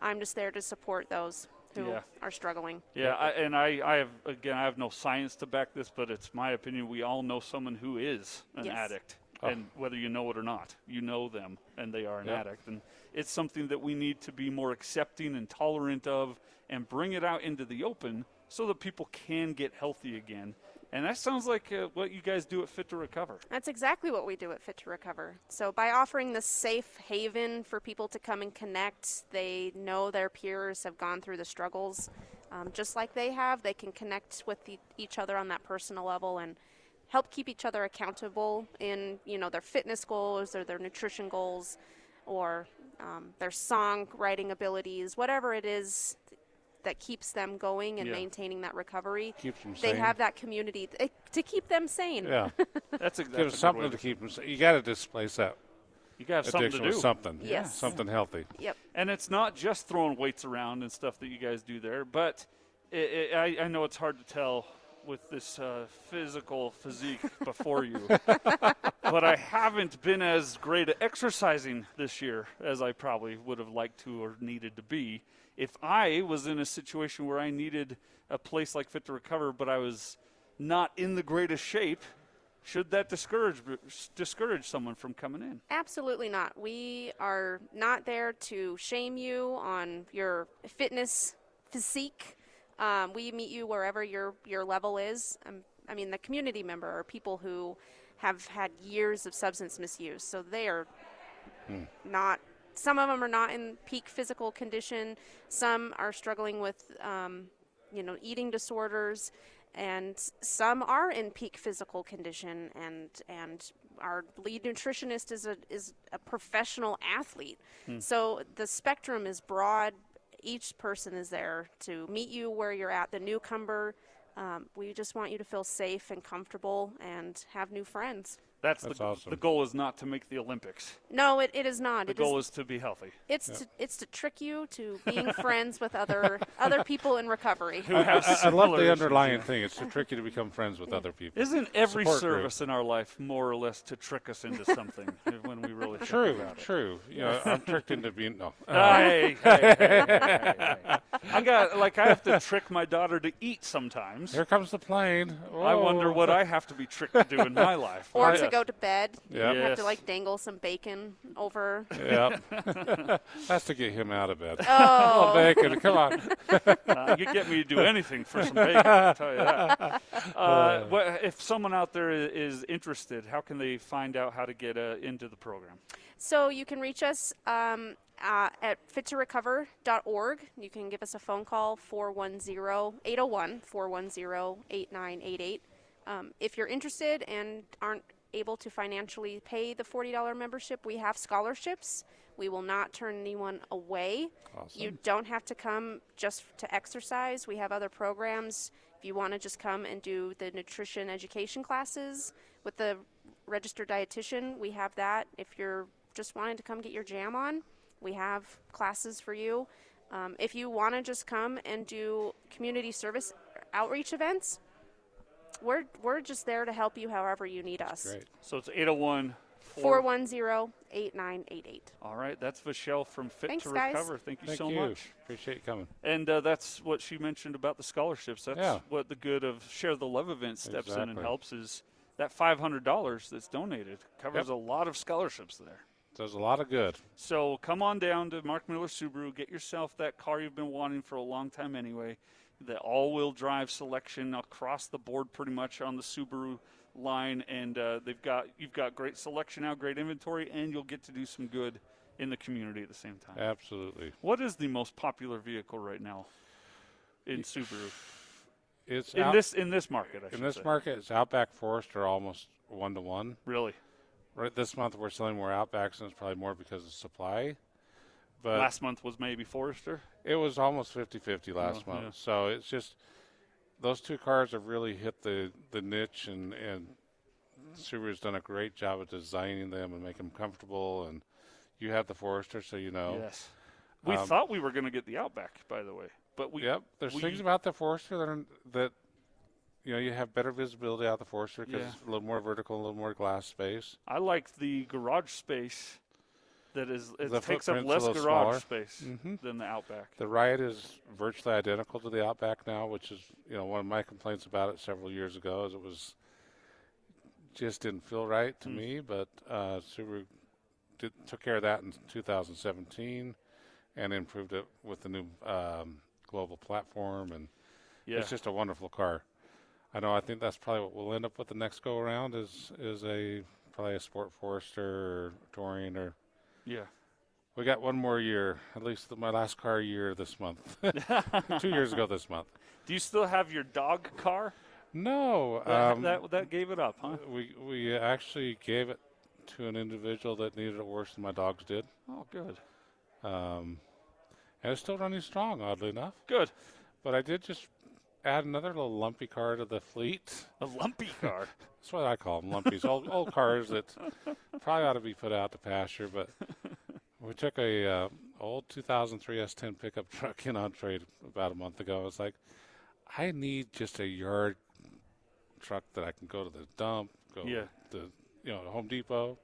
[SPEAKER 5] I'm just there to support those who
[SPEAKER 3] Yeah.
[SPEAKER 5] are struggling.
[SPEAKER 3] Yeah, I, and I, I have again, I have no science to back this, but it's my opinion. We all know someone who is an
[SPEAKER 5] Yes.
[SPEAKER 3] addict, and whether you know it or not, you know them, and they are an
[SPEAKER 4] Oh. Yeah.
[SPEAKER 3] addict, and it's something that we need to be more accepting and tolerant of, and bring it out into the open so that people can get healthy again. And that sounds like uh, what you guys do at Fit to Recover.
[SPEAKER 5] That's exactly what we do at Fit to Recover. So, by offering this safe haven for people to come and connect, they know their peers have gone through the struggles um, just like they have. They can connect with e- each other on that personal level and help keep each other accountable in you know their fitness goals or their nutrition goals or um, their songwriting abilities, whatever it is that keeps them going and
[SPEAKER 3] Yeah.
[SPEAKER 5] maintaining that recovery.
[SPEAKER 4] Keeps them
[SPEAKER 5] they
[SPEAKER 4] sane.
[SPEAKER 5] have that community th- to keep them sane.
[SPEAKER 4] Yeah.
[SPEAKER 3] That's exactly
[SPEAKER 4] Give them something to keep them. You got to displace that
[SPEAKER 3] You gotta have something to
[SPEAKER 4] addiction
[SPEAKER 3] do.
[SPEAKER 4] with something.
[SPEAKER 5] Yes.
[SPEAKER 4] Something healthy.
[SPEAKER 5] Yep.
[SPEAKER 3] And it's not just throwing weights around and stuff that you guys do there, but i i I, I know it's hard to tell with this uh, physical physique before you. but I haven't been as great at exercising this year as I probably would have liked to or needed to be. If I was in a situation where I needed a place like Fit to Recover, but I was not in the greatest shape, should that discourage discourage someone from coming in?
[SPEAKER 5] Absolutely not. We are not there to shame you on your fitness physique. Um, we meet you wherever your your level is. Um, I mean, the community member are people who have had years of substance misuse, so they are not. Some of them are not in peak physical condition. Some are struggling with, um, you know, eating disorders, and some are in peak physical condition. And and our lead nutritionist is a is a professional athlete,
[SPEAKER 3] Hmm.
[SPEAKER 5] so the spectrum is broad each person is there to meet you where you're at. The newcomer, um, we just want you to feel safe and comfortable and have new friends.
[SPEAKER 3] That's,
[SPEAKER 4] That's
[SPEAKER 3] the,
[SPEAKER 4] awesome.
[SPEAKER 3] the goal is not to make the Olympics.
[SPEAKER 5] No, it, it is not.
[SPEAKER 3] The
[SPEAKER 5] It
[SPEAKER 3] goal
[SPEAKER 5] is,
[SPEAKER 3] is to be healthy.
[SPEAKER 5] it's to, it's to trick you to being friends with other other people in recovery.
[SPEAKER 3] Who have
[SPEAKER 4] I, I love
[SPEAKER 3] similar
[SPEAKER 4] the
[SPEAKER 3] issues,
[SPEAKER 4] underlying
[SPEAKER 3] yeah.
[SPEAKER 4] thing. It's so tricky to become friends with other people.
[SPEAKER 3] Isn't every
[SPEAKER 4] Support group.
[SPEAKER 3] service in our life more or less to trick us into something when we really think
[SPEAKER 4] True,
[SPEAKER 3] about it?
[SPEAKER 4] true. You know, I'm tricked into being no.
[SPEAKER 3] Ah, hey, hey, hey, hey, hey, hey. I got like I have to trick my daughter to eat sometimes.
[SPEAKER 4] Here comes the plane.
[SPEAKER 3] I
[SPEAKER 4] Whoa.
[SPEAKER 3] wonder what I have to be tricked to do in my life.
[SPEAKER 5] Or to
[SPEAKER 3] Yes.
[SPEAKER 5] go to bed.
[SPEAKER 4] Yep.
[SPEAKER 5] You have to
[SPEAKER 3] Yes.
[SPEAKER 5] like dangle some bacon over.
[SPEAKER 4] Yep. That's to get him out of bed.
[SPEAKER 5] Oh,
[SPEAKER 4] Bacon, come on.
[SPEAKER 3] Uh, you get me to do anything for some bacon. I'll tell you that. Uh, wha- if someone out there i- is interested, how can they find out how to get uh, into the program?
[SPEAKER 5] So you can reach us um, uh, at fittorecover.org. You can give us a phone call 410-801-410-8988. Um, if you're interested and aren't able to financially pay the $40 membership, we have scholarships. We will not turn anyone away. You don't have to come just to exercise. We have other programs. If you want to just come and do the nutrition education classes with the registered dietitian, we have that. If you're just wanting to come get your jam on, we have classes for you. Um, if you want to just come and do community service outreach events, we're, we're just there to help you however you need us.
[SPEAKER 4] Great.
[SPEAKER 3] So it's 801
[SPEAKER 5] 410 8988.
[SPEAKER 3] All right, that's Michelle from Fit
[SPEAKER 5] Thanks,
[SPEAKER 3] to
[SPEAKER 5] guys.
[SPEAKER 3] Recover. Thank you
[SPEAKER 4] Thank
[SPEAKER 3] so
[SPEAKER 4] you.
[SPEAKER 3] much.
[SPEAKER 4] Appreciate you coming.
[SPEAKER 3] And uh, that's what she mentioned about the scholarships. That's
[SPEAKER 4] Yeah.
[SPEAKER 3] what the good of Share the Love event steps in and
[SPEAKER 4] Exactly.
[SPEAKER 3] helps is that $500 that's donated covers
[SPEAKER 4] Yep.
[SPEAKER 3] a lot of scholarships there.
[SPEAKER 4] Does a lot of good.
[SPEAKER 3] So come on down to Mark Miller Subaru, get yourself that car you've been wanting for a long time anyway. The all-wheel drive selection across the board, pretty much on the Subaru line, and uh, they've got you've got great selection now, great inventory, and you'll get to do some good in the community at the same time.
[SPEAKER 4] Absolutely.
[SPEAKER 3] What is the most popular vehicle right now in Subaru
[SPEAKER 4] It's
[SPEAKER 3] in
[SPEAKER 4] out,
[SPEAKER 3] this in this market? I
[SPEAKER 4] in
[SPEAKER 3] should
[SPEAKER 4] this
[SPEAKER 3] say.
[SPEAKER 4] market, it's Outback Forester almost one to one.
[SPEAKER 3] really.
[SPEAKER 4] Right this month, we're selling more Outbacks, and it's probably more because of supply. But
[SPEAKER 3] Last month was maybe Forester.
[SPEAKER 4] It was almost 50-50 last
[SPEAKER 3] Oh,
[SPEAKER 4] month.
[SPEAKER 3] yeah.
[SPEAKER 4] So it's just those two cars have really hit the, the niche, and, and Subaru's done a great job of designing them and make them comfortable. And you have the Forester, so you know.
[SPEAKER 3] Yes, we
[SPEAKER 4] Um,
[SPEAKER 3] thought we were going to get the Outback, by the way, but we
[SPEAKER 4] Yep. There's
[SPEAKER 3] we-
[SPEAKER 4] things about the Forester that, are, that you know you have better visibility out the Forester because
[SPEAKER 3] Yeah.
[SPEAKER 4] it's a little more vertical, a little more glass space.
[SPEAKER 3] I like the garage space that is it
[SPEAKER 4] The
[SPEAKER 3] takes up
[SPEAKER 4] footprint's a
[SPEAKER 3] less garage
[SPEAKER 4] little smaller. Mm-hmm.
[SPEAKER 3] space than the Outback.
[SPEAKER 4] The Riot is virtually identical to the Outback now, which is you know one of my complaints about it several years ago is it was just didn't feel right to me. But uh, Subaru did, took care of that in 2017 and improved it with the new um, global platform, and
[SPEAKER 3] yeah.
[SPEAKER 4] it's just a wonderful car. I know. I think that's probably what we'll end up with the next go around is is a probably a Sport Forester or Touring or
[SPEAKER 3] yeah.
[SPEAKER 4] we got one more year, at least the, my last car year this month. Two years ago this month.
[SPEAKER 3] Do you still have your dog car?
[SPEAKER 4] No,
[SPEAKER 3] That,
[SPEAKER 4] um,
[SPEAKER 3] that that gave it up, huh?
[SPEAKER 4] we we actually gave it to an individual that needed it worse than my dogs did,
[SPEAKER 3] Oh, good.
[SPEAKER 4] um, and it's still running strong, oddly enough.
[SPEAKER 3] Good.
[SPEAKER 4] But I did just add another little lumpy car to the fleet.
[SPEAKER 3] A lumpy car.
[SPEAKER 4] That's what I call them, lumpies. old, old cars that probably ought to be put out to pasture. But we took a uh, old 2003 S10 pickup truck in on trade about a month ago. I was like, I need just a yard truck that I can go to the dump, go
[SPEAKER 3] Yeah.
[SPEAKER 4] to you know Home Depot.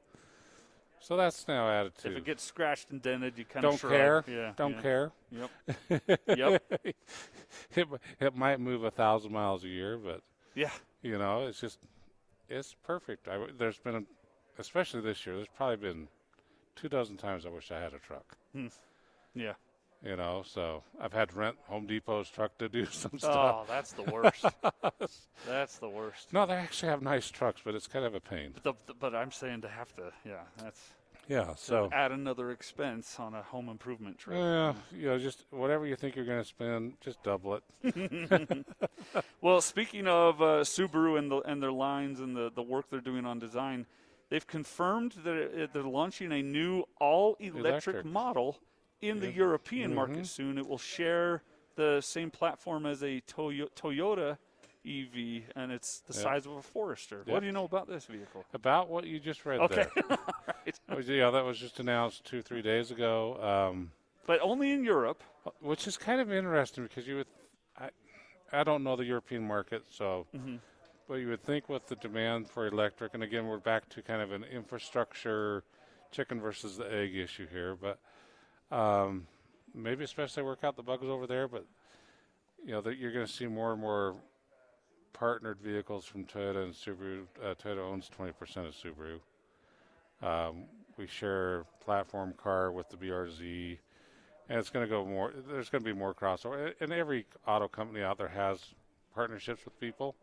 [SPEAKER 4] So that's now added to.
[SPEAKER 3] if it gets scratched and dented, you kind
[SPEAKER 4] don't
[SPEAKER 3] of
[SPEAKER 4] care.
[SPEAKER 3] Yeah.
[SPEAKER 4] don't
[SPEAKER 3] yeah.
[SPEAKER 4] care.
[SPEAKER 3] Yep. Yep.
[SPEAKER 4] It, mi- it might move a thousand miles a year, but
[SPEAKER 3] yeah.
[SPEAKER 4] you know, it's just it's perfect. I w there's been, a- especially this year, there's probably been two dozen times I wish I had a truck.
[SPEAKER 3] Yeah.
[SPEAKER 4] You know, so I've had to rent Home Depot's truck to do some stuff.
[SPEAKER 3] Oh, that's the worst. that's the worst.
[SPEAKER 4] No, they actually have nice trucks, but it's kind of a pain.
[SPEAKER 3] The, the- but I'm saying to have to, yeah, that's
[SPEAKER 4] Yeah, so
[SPEAKER 3] add another expense on a home improvement trip.
[SPEAKER 4] yeah, you know, just whatever you think you're going to spend, just double it.
[SPEAKER 3] Well, speaking of uh, Subaru and the and their lines and the, the work they're doing on design, they've confirmed that it, they're launching a new all electric
[SPEAKER 4] Electric. Mm-hmm.
[SPEAKER 3] model in the European market soon. It will share the same platform as a Toyo- Toyota EV, and it's the size of a Forester. What
[SPEAKER 4] Yeah.
[SPEAKER 3] do you know about this vehicle?
[SPEAKER 4] About what you just read
[SPEAKER 3] Okay,
[SPEAKER 4] there. Well, yeah, that was just announced two, three days ago. Um,
[SPEAKER 3] but only in Europe.
[SPEAKER 4] which is kind of interesting because you would I, I don't know the European market so but you would think with the demand for electric and again we're back to kind of an infrastructure chicken versus the egg issue here but um, maybe especially work out the bugs over there but you know that you're going to see more and more partnered vehicles from Toyota and Subaru uh, Toyota owns 20% of Subaru um, we share platform car with the BRZ and it's going to go more. There's going to be more crossover, and every auto company out there has partnerships with people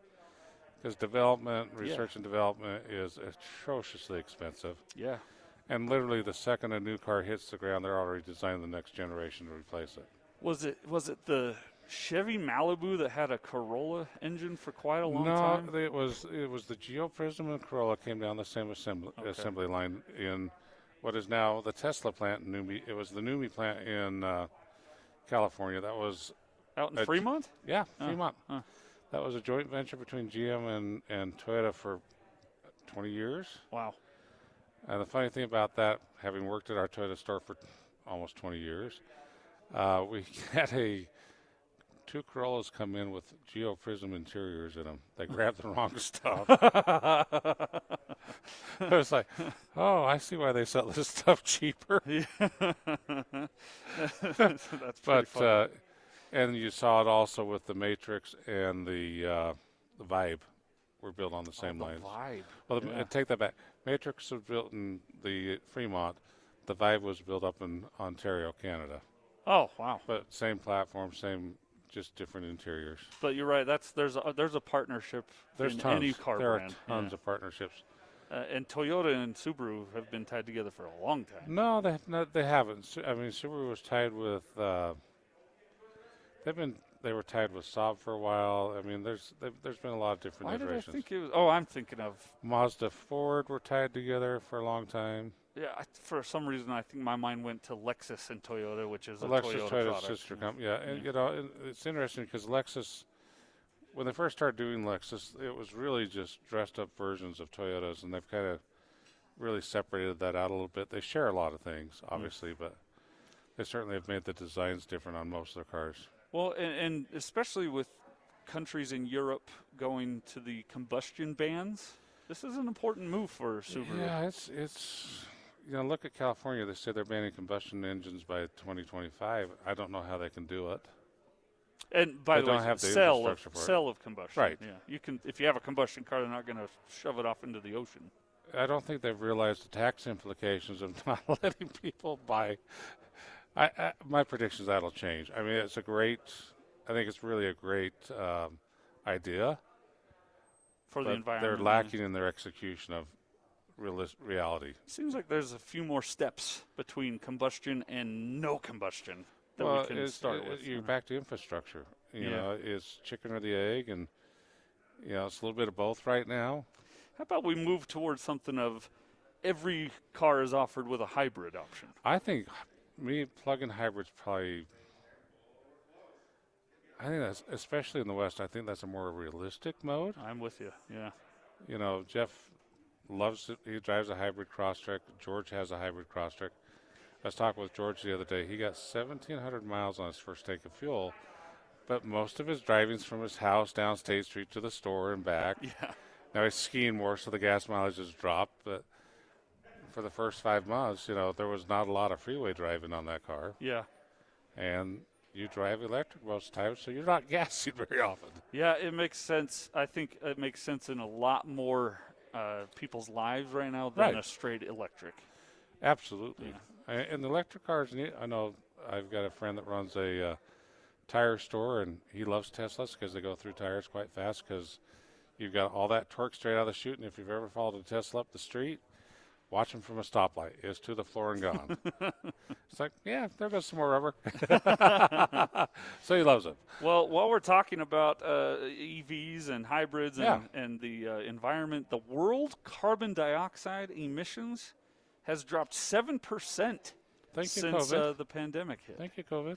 [SPEAKER 4] because development, research, and development is atrociously expensive.
[SPEAKER 3] Yeah.
[SPEAKER 4] And literally, the second a new car hits the ground, they're already designing the next generation to replace it.
[SPEAKER 3] Was it was it the Chevy Malibu that had a Corolla engine for quite a long
[SPEAKER 4] no,
[SPEAKER 3] time?
[SPEAKER 4] it was it was the Geo Prism and Corolla came down the same assembly assembly line in what is now the Tesla plant. In Numi, it was the Numi plant in uh, California. That was
[SPEAKER 3] Out in
[SPEAKER 4] uh,
[SPEAKER 3] Fremont?
[SPEAKER 4] Yeah, Fremont.
[SPEAKER 3] huh.
[SPEAKER 4] That was a joint venture between GM and, and Toyota for 20 years.
[SPEAKER 3] Wow.
[SPEAKER 4] And the funny thing about that, having worked at our Toyota store for almost 20 years, uh, we had a two Corollas come in with Geo Prism interiors in them. They grabbed the wrong stuff. I was like, oh, I see why they sell this stuff cheaper.
[SPEAKER 3] That's pretty
[SPEAKER 4] But
[SPEAKER 3] funny.
[SPEAKER 4] uh, and you saw it also with the Matrix and the uh, the Vibe were built on the same
[SPEAKER 3] Oh, the
[SPEAKER 4] lines.
[SPEAKER 3] vibe.
[SPEAKER 4] Well, the, take that back. Matrix was built in the Fremont. The Vibe was built up in Ontario, Canada.
[SPEAKER 3] Oh wow!
[SPEAKER 4] But same platform, same, just different interiors.
[SPEAKER 3] But you're right. That's there's a, there's a partnership
[SPEAKER 4] There's
[SPEAKER 3] in
[SPEAKER 4] tons.
[SPEAKER 3] any car
[SPEAKER 4] there
[SPEAKER 3] brand.
[SPEAKER 4] are tons
[SPEAKER 3] yeah.
[SPEAKER 4] of partnerships.
[SPEAKER 3] Uh, and Toyota and Subaru have been tied together for a long time.
[SPEAKER 4] No, they no, they haven't. Su- I mean, Subaru was tied with. Uh, they've been they were tied with Saab for a while. I mean, there's they've- there's been a lot of different
[SPEAKER 3] Why did I
[SPEAKER 4] iterations.
[SPEAKER 3] think it was? Oh, I'm thinking of.
[SPEAKER 4] Mazda Ford were tied together for a long time.
[SPEAKER 3] Yeah, I, for some reason I think my mind went to Lexus and Toyota, which is a
[SPEAKER 4] Lexus
[SPEAKER 3] Toyota
[SPEAKER 4] Toyota's
[SPEAKER 3] product.
[SPEAKER 4] sister company. Yeah, and you know and it's interesting because Lexus, when they first started doing Lexus, it was really just dressed up versions of Toyotas, and they've kind of really separated that out a little bit. They share a lot of things, obviously, but they certainly have made the designs different on most of their cars.
[SPEAKER 3] Well, and, and especially with countries in Europe going to the combustion bans, this is an important move for Subaru.
[SPEAKER 4] Yeah, it's it's you know look at California. They say they're banning combustion engines by 2025. I don't know how they can do it.
[SPEAKER 3] And by
[SPEAKER 4] They
[SPEAKER 3] the way,
[SPEAKER 4] don't have the
[SPEAKER 3] cell of,
[SPEAKER 4] infrastructure for it.
[SPEAKER 3] cell of combustion.
[SPEAKER 4] Right.
[SPEAKER 3] Yeah. You can if you have a combustion car, they're not going to shove it off into the ocean.
[SPEAKER 4] I don't think they've realized the tax implications of not letting people buy. I, I my predictions that'll change. I mean, it's a great. I think it's really a great um, idea,
[SPEAKER 3] for the
[SPEAKER 4] but
[SPEAKER 3] environment.
[SPEAKER 4] they're lacking in their execution of realis- reality.
[SPEAKER 3] Seems like there's a few more steps between combustion and no combustion that we can
[SPEAKER 4] it's- uh,
[SPEAKER 3] start
[SPEAKER 4] it-
[SPEAKER 3] with.
[SPEAKER 4] You're back to infrastructure. You
[SPEAKER 3] Yeah.
[SPEAKER 4] know, it's chicken or the egg, and you know it's a little bit of both right now.
[SPEAKER 3] How about we move towards something of every car is offered with a hybrid option?
[SPEAKER 4] I think me plug-in hybrids probably. I think that's especially in the West. I think that's a more realistic mode.
[SPEAKER 3] I'm with you. Yeah.
[SPEAKER 4] You know, Jeff loves it. He drives a hybrid Crosstrek. George has a hybrid Crosstrek. I was talking with George the other day. He got 1,700 miles on his first tank of fuel, but most of his driving's from his house down State Street to the store and back.
[SPEAKER 3] Yeah.
[SPEAKER 4] Now he's skiing more, so the gas mileage has dropped. But for the first five months, you know, there was not a lot of freeway driving on that car,
[SPEAKER 3] Yeah.
[SPEAKER 4] and you drive electric most times, so you're not gassing very often.
[SPEAKER 3] Yeah, it makes sense. I think it makes sense in a lot more uh, people's lives right now than
[SPEAKER 4] Right.
[SPEAKER 3] a straight electric.
[SPEAKER 4] Absolutely. A- And the electric cars, need, I know I've got a friend that runs a uh, tire store, and he loves Teslas because they go through tires quite fast. Because you've got all that torque straight out of the chute, and if you've ever followed a Tesla up the street, watch them from a stoplight. It's to the floor and gone. it's like, yeah, there goes some more rubber. so he loves it.
[SPEAKER 3] Well, while we're talking about uh, EVs and hybrids and, and the uh, environment, the world carbon dioxide emissions has dropped 7%
[SPEAKER 4] Thank you,
[SPEAKER 3] since
[SPEAKER 4] COVID.
[SPEAKER 3] uh, the pandemic hit.
[SPEAKER 4] Thank you, COVID.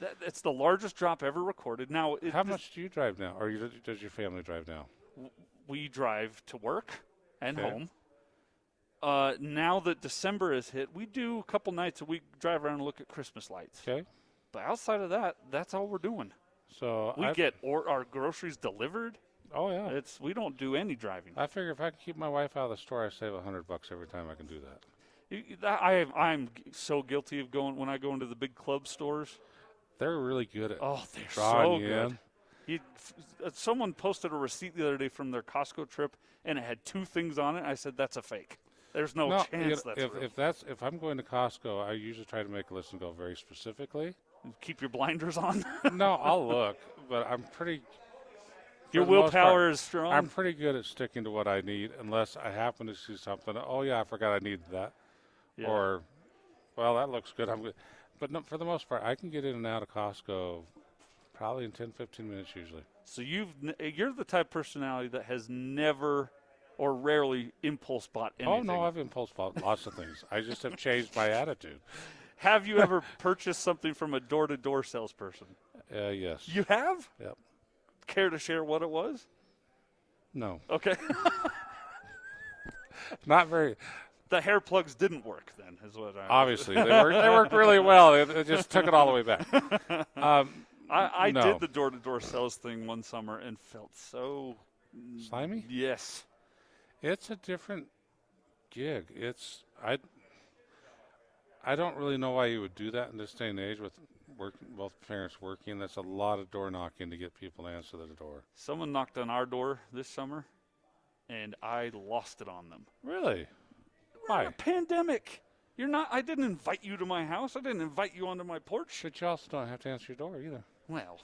[SPEAKER 3] That, it's the largest drop ever recorded. Now, it,
[SPEAKER 4] How
[SPEAKER 3] this-
[SPEAKER 4] much do you drive now, or you, does your family drive now?
[SPEAKER 3] we drive to work and
[SPEAKER 4] Okay.
[SPEAKER 3] home. Uh, now that December has hit, we do a couple nights a week drive around and look at Christmas lights.
[SPEAKER 4] Okay,
[SPEAKER 3] But outside of that, that's all we're doing.
[SPEAKER 4] so
[SPEAKER 3] We
[SPEAKER 4] I,
[SPEAKER 3] get or our groceries delivered.
[SPEAKER 4] Oh yeah,
[SPEAKER 3] It's we don't do any driving.
[SPEAKER 4] I figure if I can keep my wife out of the store, I save a hundred bucks every time I can do that.
[SPEAKER 3] You- you- that- I am- I'm g- so guilty of going when I go into the big club stores.
[SPEAKER 4] They're really good at
[SPEAKER 3] Oh, they're
[SPEAKER 4] Drawing
[SPEAKER 3] so
[SPEAKER 4] you
[SPEAKER 3] good.
[SPEAKER 4] in.
[SPEAKER 3] You, f- uh, someone posted a receipt the other day from their Costco trip, and it had two things on it. I said that's a fake. There's no,
[SPEAKER 4] No, you
[SPEAKER 3] chance
[SPEAKER 4] know,
[SPEAKER 3] that's
[SPEAKER 4] if,
[SPEAKER 3] real.
[SPEAKER 4] if that's if I'm going to Costco, I usually try to make a list and go very specifically.
[SPEAKER 3] Keep your blinders on.
[SPEAKER 4] no, I'll look, but I'm pretty.
[SPEAKER 3] Your
[SPEAKER 4] for the most part,
[SPEAKER 3] willpower is strong.
[SPEAKER 4] I'm pretty good at sticking to what I need, unless I happen to see something. Oh yeah, I forgot I needed that,
[SPEAKER 3] Yeah.
[SPEAKER 4] or well, that looks good. I'm good, but no, for the most part, I can get in and out of Costco probably in 10, 15 minutes usually.
[SPEAKER 3] So you've n- you're the type of personality that has never or rarely impulse bought anything.
[SPEAKER 4] Oh no, I've impulse bought lots of things. I just have changed my attitude.
[SPEAKER 3] Have you ever purchased something from a door-to-door salesperson?
[SPEAKER 4] Uh, yes.
[SPEAKER 3] You have?
[SPEAKER 4] yep.
[SPEAKER 3] Care to share what it was?
[SPEAKER 4] No,
[SPEAKER 3] Okay.
[SPEAKER 4] not very.
[SPEAKER 3] the hair plugs didn't work then, is what I.
[SPEAKER 4] Obviously, they worked. They worked really well. It, it just took it all the way back. Um,
[SPEAKER 3] I, I
[SPEAKER 4] no.
[SPEAKER 3] did the door-to-door sales thing one summer and felt so
[SPEAKER 4] slimy.
[SPEAKER 3] yes.
[SPEAKER 4] It's a different gig. It's I. I don't really know why you would do that in this day and age with work, both parents working. That's a lot of door knocking to get people to answer the door.
[SPEAKER 3] Someone knocked on our door this summer, and I lost it on them.
[SPEAKER 4] Really?
[SPEAKER 3] We're in
[SPEAKER 4] Why?
[SPEAKER 3] a pandemic. You're not. I didn't invite you to my house. I didn't invite you onto my porch.
[SPEAKER 4] But you also don't have to answer your door either.
[SPEAKER 3] Well,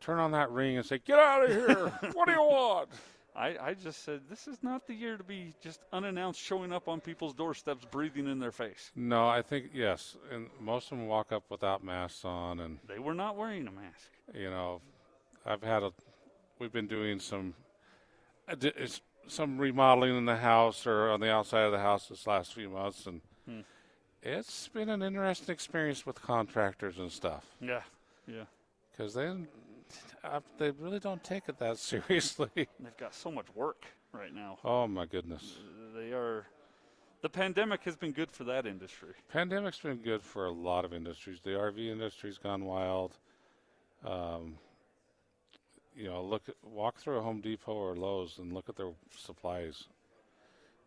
[SPEAKER 4] Turn on that ring and say, "Get out of here! what do you want?"
[SPEAKER 3] I, I just said this is not the year to be just unannounced showing up on people's doorsteps, breathing in their face.
[SPEAKER 4] No, I think yes, and most of them walk up without masks on, and
[SPEAKER 3] They were not wearing a mask.
[SPEAKER 4] you know, I've had a, we've been doing some, I di- it's some remodeling in the house or on the outside of the house this last few months, and it's been an interesting experience with contractors and stuff
[SPEAKER 3] Yeah, yeah.
[SPEAKER 4] because they, uh, they really don't take it that seriously.
[SPEAKER 3] They've got so much work right now.
[SPEAKER 4] oh my goodness,
[SPEAKER 3] They are. The pandemic has been good for that industry.
[SPEAKER 4] pandemic's been good for a lot of industries. The RV industry's gone wild. Um, you know, look at, walk through a Home Depot or Lowe's and look at their supplies.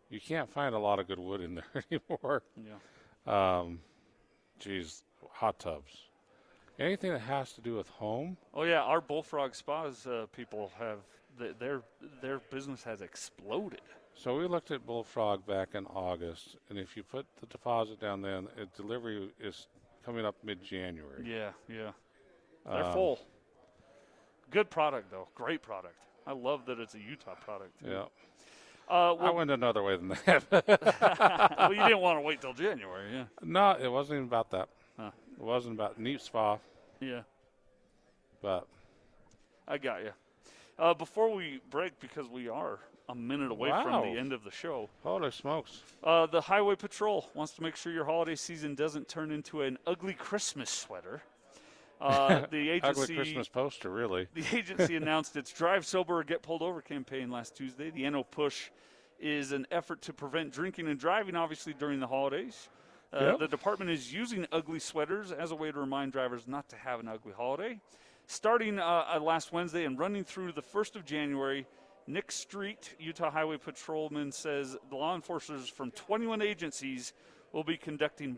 [SPEAKER 4] You can't find a lot of good wood in there anymore.
[SPEAKER 3] Yeah.
[SPEAKER 4] Um, geez, hot tubs, anything that has to do with home.
[SPEAKER 3] Oh yeah, our Bullfrog Spas uh, people have th- their their business has exploded.
[SPEAKER 4] So we looked at Bullfrog back in August, and if you put the deposit down, then uh, delivery is coming up mid-January.
[SPEAKER 3] Yeah, yeah. They're
[SPEAKER 4] Um,
[SPEAKER 3] full. Good product though. Great product. I love that it's a Utah product. too.
[SPEAKER 4] yeah.
[SPEAKER 3] Uh,
[SPEAKER 4] I
[SPEAKER 3] well,
[SPEAKER 4] went another way than that.
[SPEAKER 3] well, you didn't want to wait till January. Yeah.
[SPEAKER 4] No, it wasn't even about that.
[SPEAKER 3] Huh.
[SPEAKER 4] It wasn't about Neat Spa,
[SPEAKER 3] Yeah.
[SPEAKER 4] but
[SPEAKER 3] I got you. Uh, before we break, because we are a minute away
[SPEAKER 4] Wow.
[SPEAKER 3] from the end of the show,
[SPEAKER 4] holy smokes.
[SPEAKER 3] uh, the Highway Patrol wants to make sure your holiday season doesn't turn into an ugly Christmas sweater. Uh, the
[SPEAKER 4] Ugly
[SPEAKER 3] agency
[SPEAKER 4] Christmas poster, really.
[SPEAKER 3] the agency announced its Drive Sober or Get Pulled Over campaign last Tuesday. The NO Push is an effort to prevent drinking and driving, obviously, during the holidays. Uh,
[SPEAKER 4] Yep.
[SPEAKER 3] The department is using ugly sweaters as a way to remind drivers not to have an ugly holiday. Starting uh, uh, last Wednesday and running through the 1st of January, Nick Street, Utah Highway Patrolman, says the law enforcers from 21 agencies will be conducting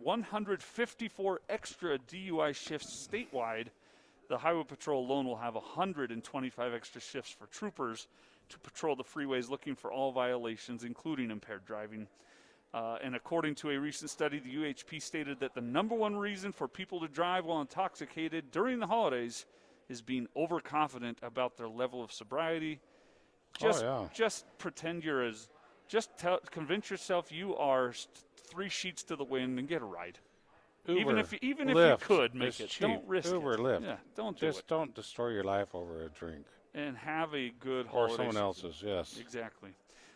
[SPEAKER 3] 154 extra DUI shifts statewide the Highway Patrol alone will have 125 extra shifts for troopers to patrol the freeways looking for all violations, including impaired driving. Uh, and according to a recent study, the UHP stated that the number one reason for people to drive while intoxicated during the holidays is being overconfident about their level of sobriety. Just,
[SPEAKER 4] Oh, yeah.
[SPEAKER 3] just pretend you're as, just tell, convince yourself you are s- three sheets to the wind and get a ride. even
[SPEAKER 4] Uber,
[SPEAKER 3] if you- even if you
[SPEAKER 4] Lyft,
[SPEAKER 3] could make
[SPEAKER 4] it's
[SPEAKER 3] it,
[SPEAKER 4] cheap.
[SPEAKER 3] don't risk it.
[SPEAKER 4] Uber, Lyft.
[SPEAKER 3] Yeah, don't do
[SPEAKER 4] just
[SPEAKER 3] it.
[SPEAKER 4] don't destroy your life over a drink
[SPEAKER 3] And have a good
[SPEAKER 4] or
[SPEAKER 3] holiday.
[SPEAKER 4] someone
[SPEAKER 3] season.
[SPEAKER 4] else's. Yes.
[SPEAKER 3] Exactly.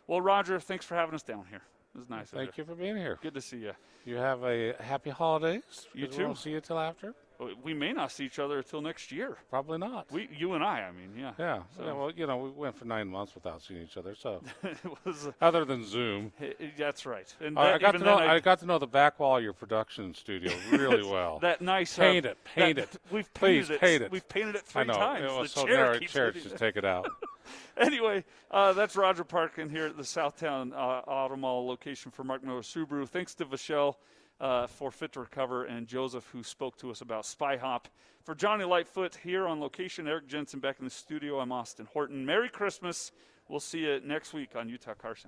[SPEAKER 3] Well, Roger, thanks for having us down here. It was nice. of
[SPEAKER 4] Thank you for being here.
[SPEAKER 3] Good to see you.
[SPEAKER 4] You have a happy holidays.
[SPEAKER 3] You
[SPEAKER 4] because we won't
[SPEAKER 3] too.
[SPEAKER 4] see you till after.
[SPEAKER 3] Oh, We may not see each other until next year.
[SPEAKER 4] Probably not.
[SPEAKER 3] We, you and I, I mean, yeah.
[SPEAKER 4] yeah.
[SPEAKER 3] So-
[SPEAKER 4] Yeah, Well, you know, we went for nine months without seeing each other. So
[SPEAKER 3] it was.
[SPEAKER 4] other than Zoom,
[SPEAKER 3] it- it- that's right. And
[SPEAKER 4] I-
[SPEAKER 3] that,
[SPEAKER 4] I got to
[SPEAKER 3] even
[SPEAKER 4] know.
[SPEAKER 3] then,
[SPEAKER 4] I, got to know the back wall of your production studio really well.
[SPEAKER 3] that nice. uh,
[SPEAKER 4] paint it,
[SPEAKER 3] that-
[SPEAKER 4] paint it.
[SPEAKER 3] We've painted
[SPEAKER 4] Please
[SPEAKER 3] it.
[SPEAKER 4] paint it.
[SPEAKER 3] We've painted it three
[SPEAKER 4] I know
[SPEAKER 3] times.
[SPEAKER 4] it was
[SPEAKER 3] the
[SPEAKER 4] so
[SPEAKER 3] chair
[SPEAKER 4] narrow.
[SPEAKER 3] keeps
[SPEAKER 4] Chair,
[SPEAKER 3] hitting
[SPEAKER 4] just
[SPEAKER 3] it.
[SPEAKER 4] take it out.
[SPEAKER 3] anyway, uh, that's Roger Parkin here at the Southtown uh, Auto Mall location for Mark Miller Subaru. Thanks to Vachelle uh, for Fit to Recover and Joseph, who spoke to us about Spy Hop. For Johnny Lightfoot here on location, Eric Jensen back in the studio. I'm Austin Horton. Merry Christmas. We'll see you next week on Utah Carson.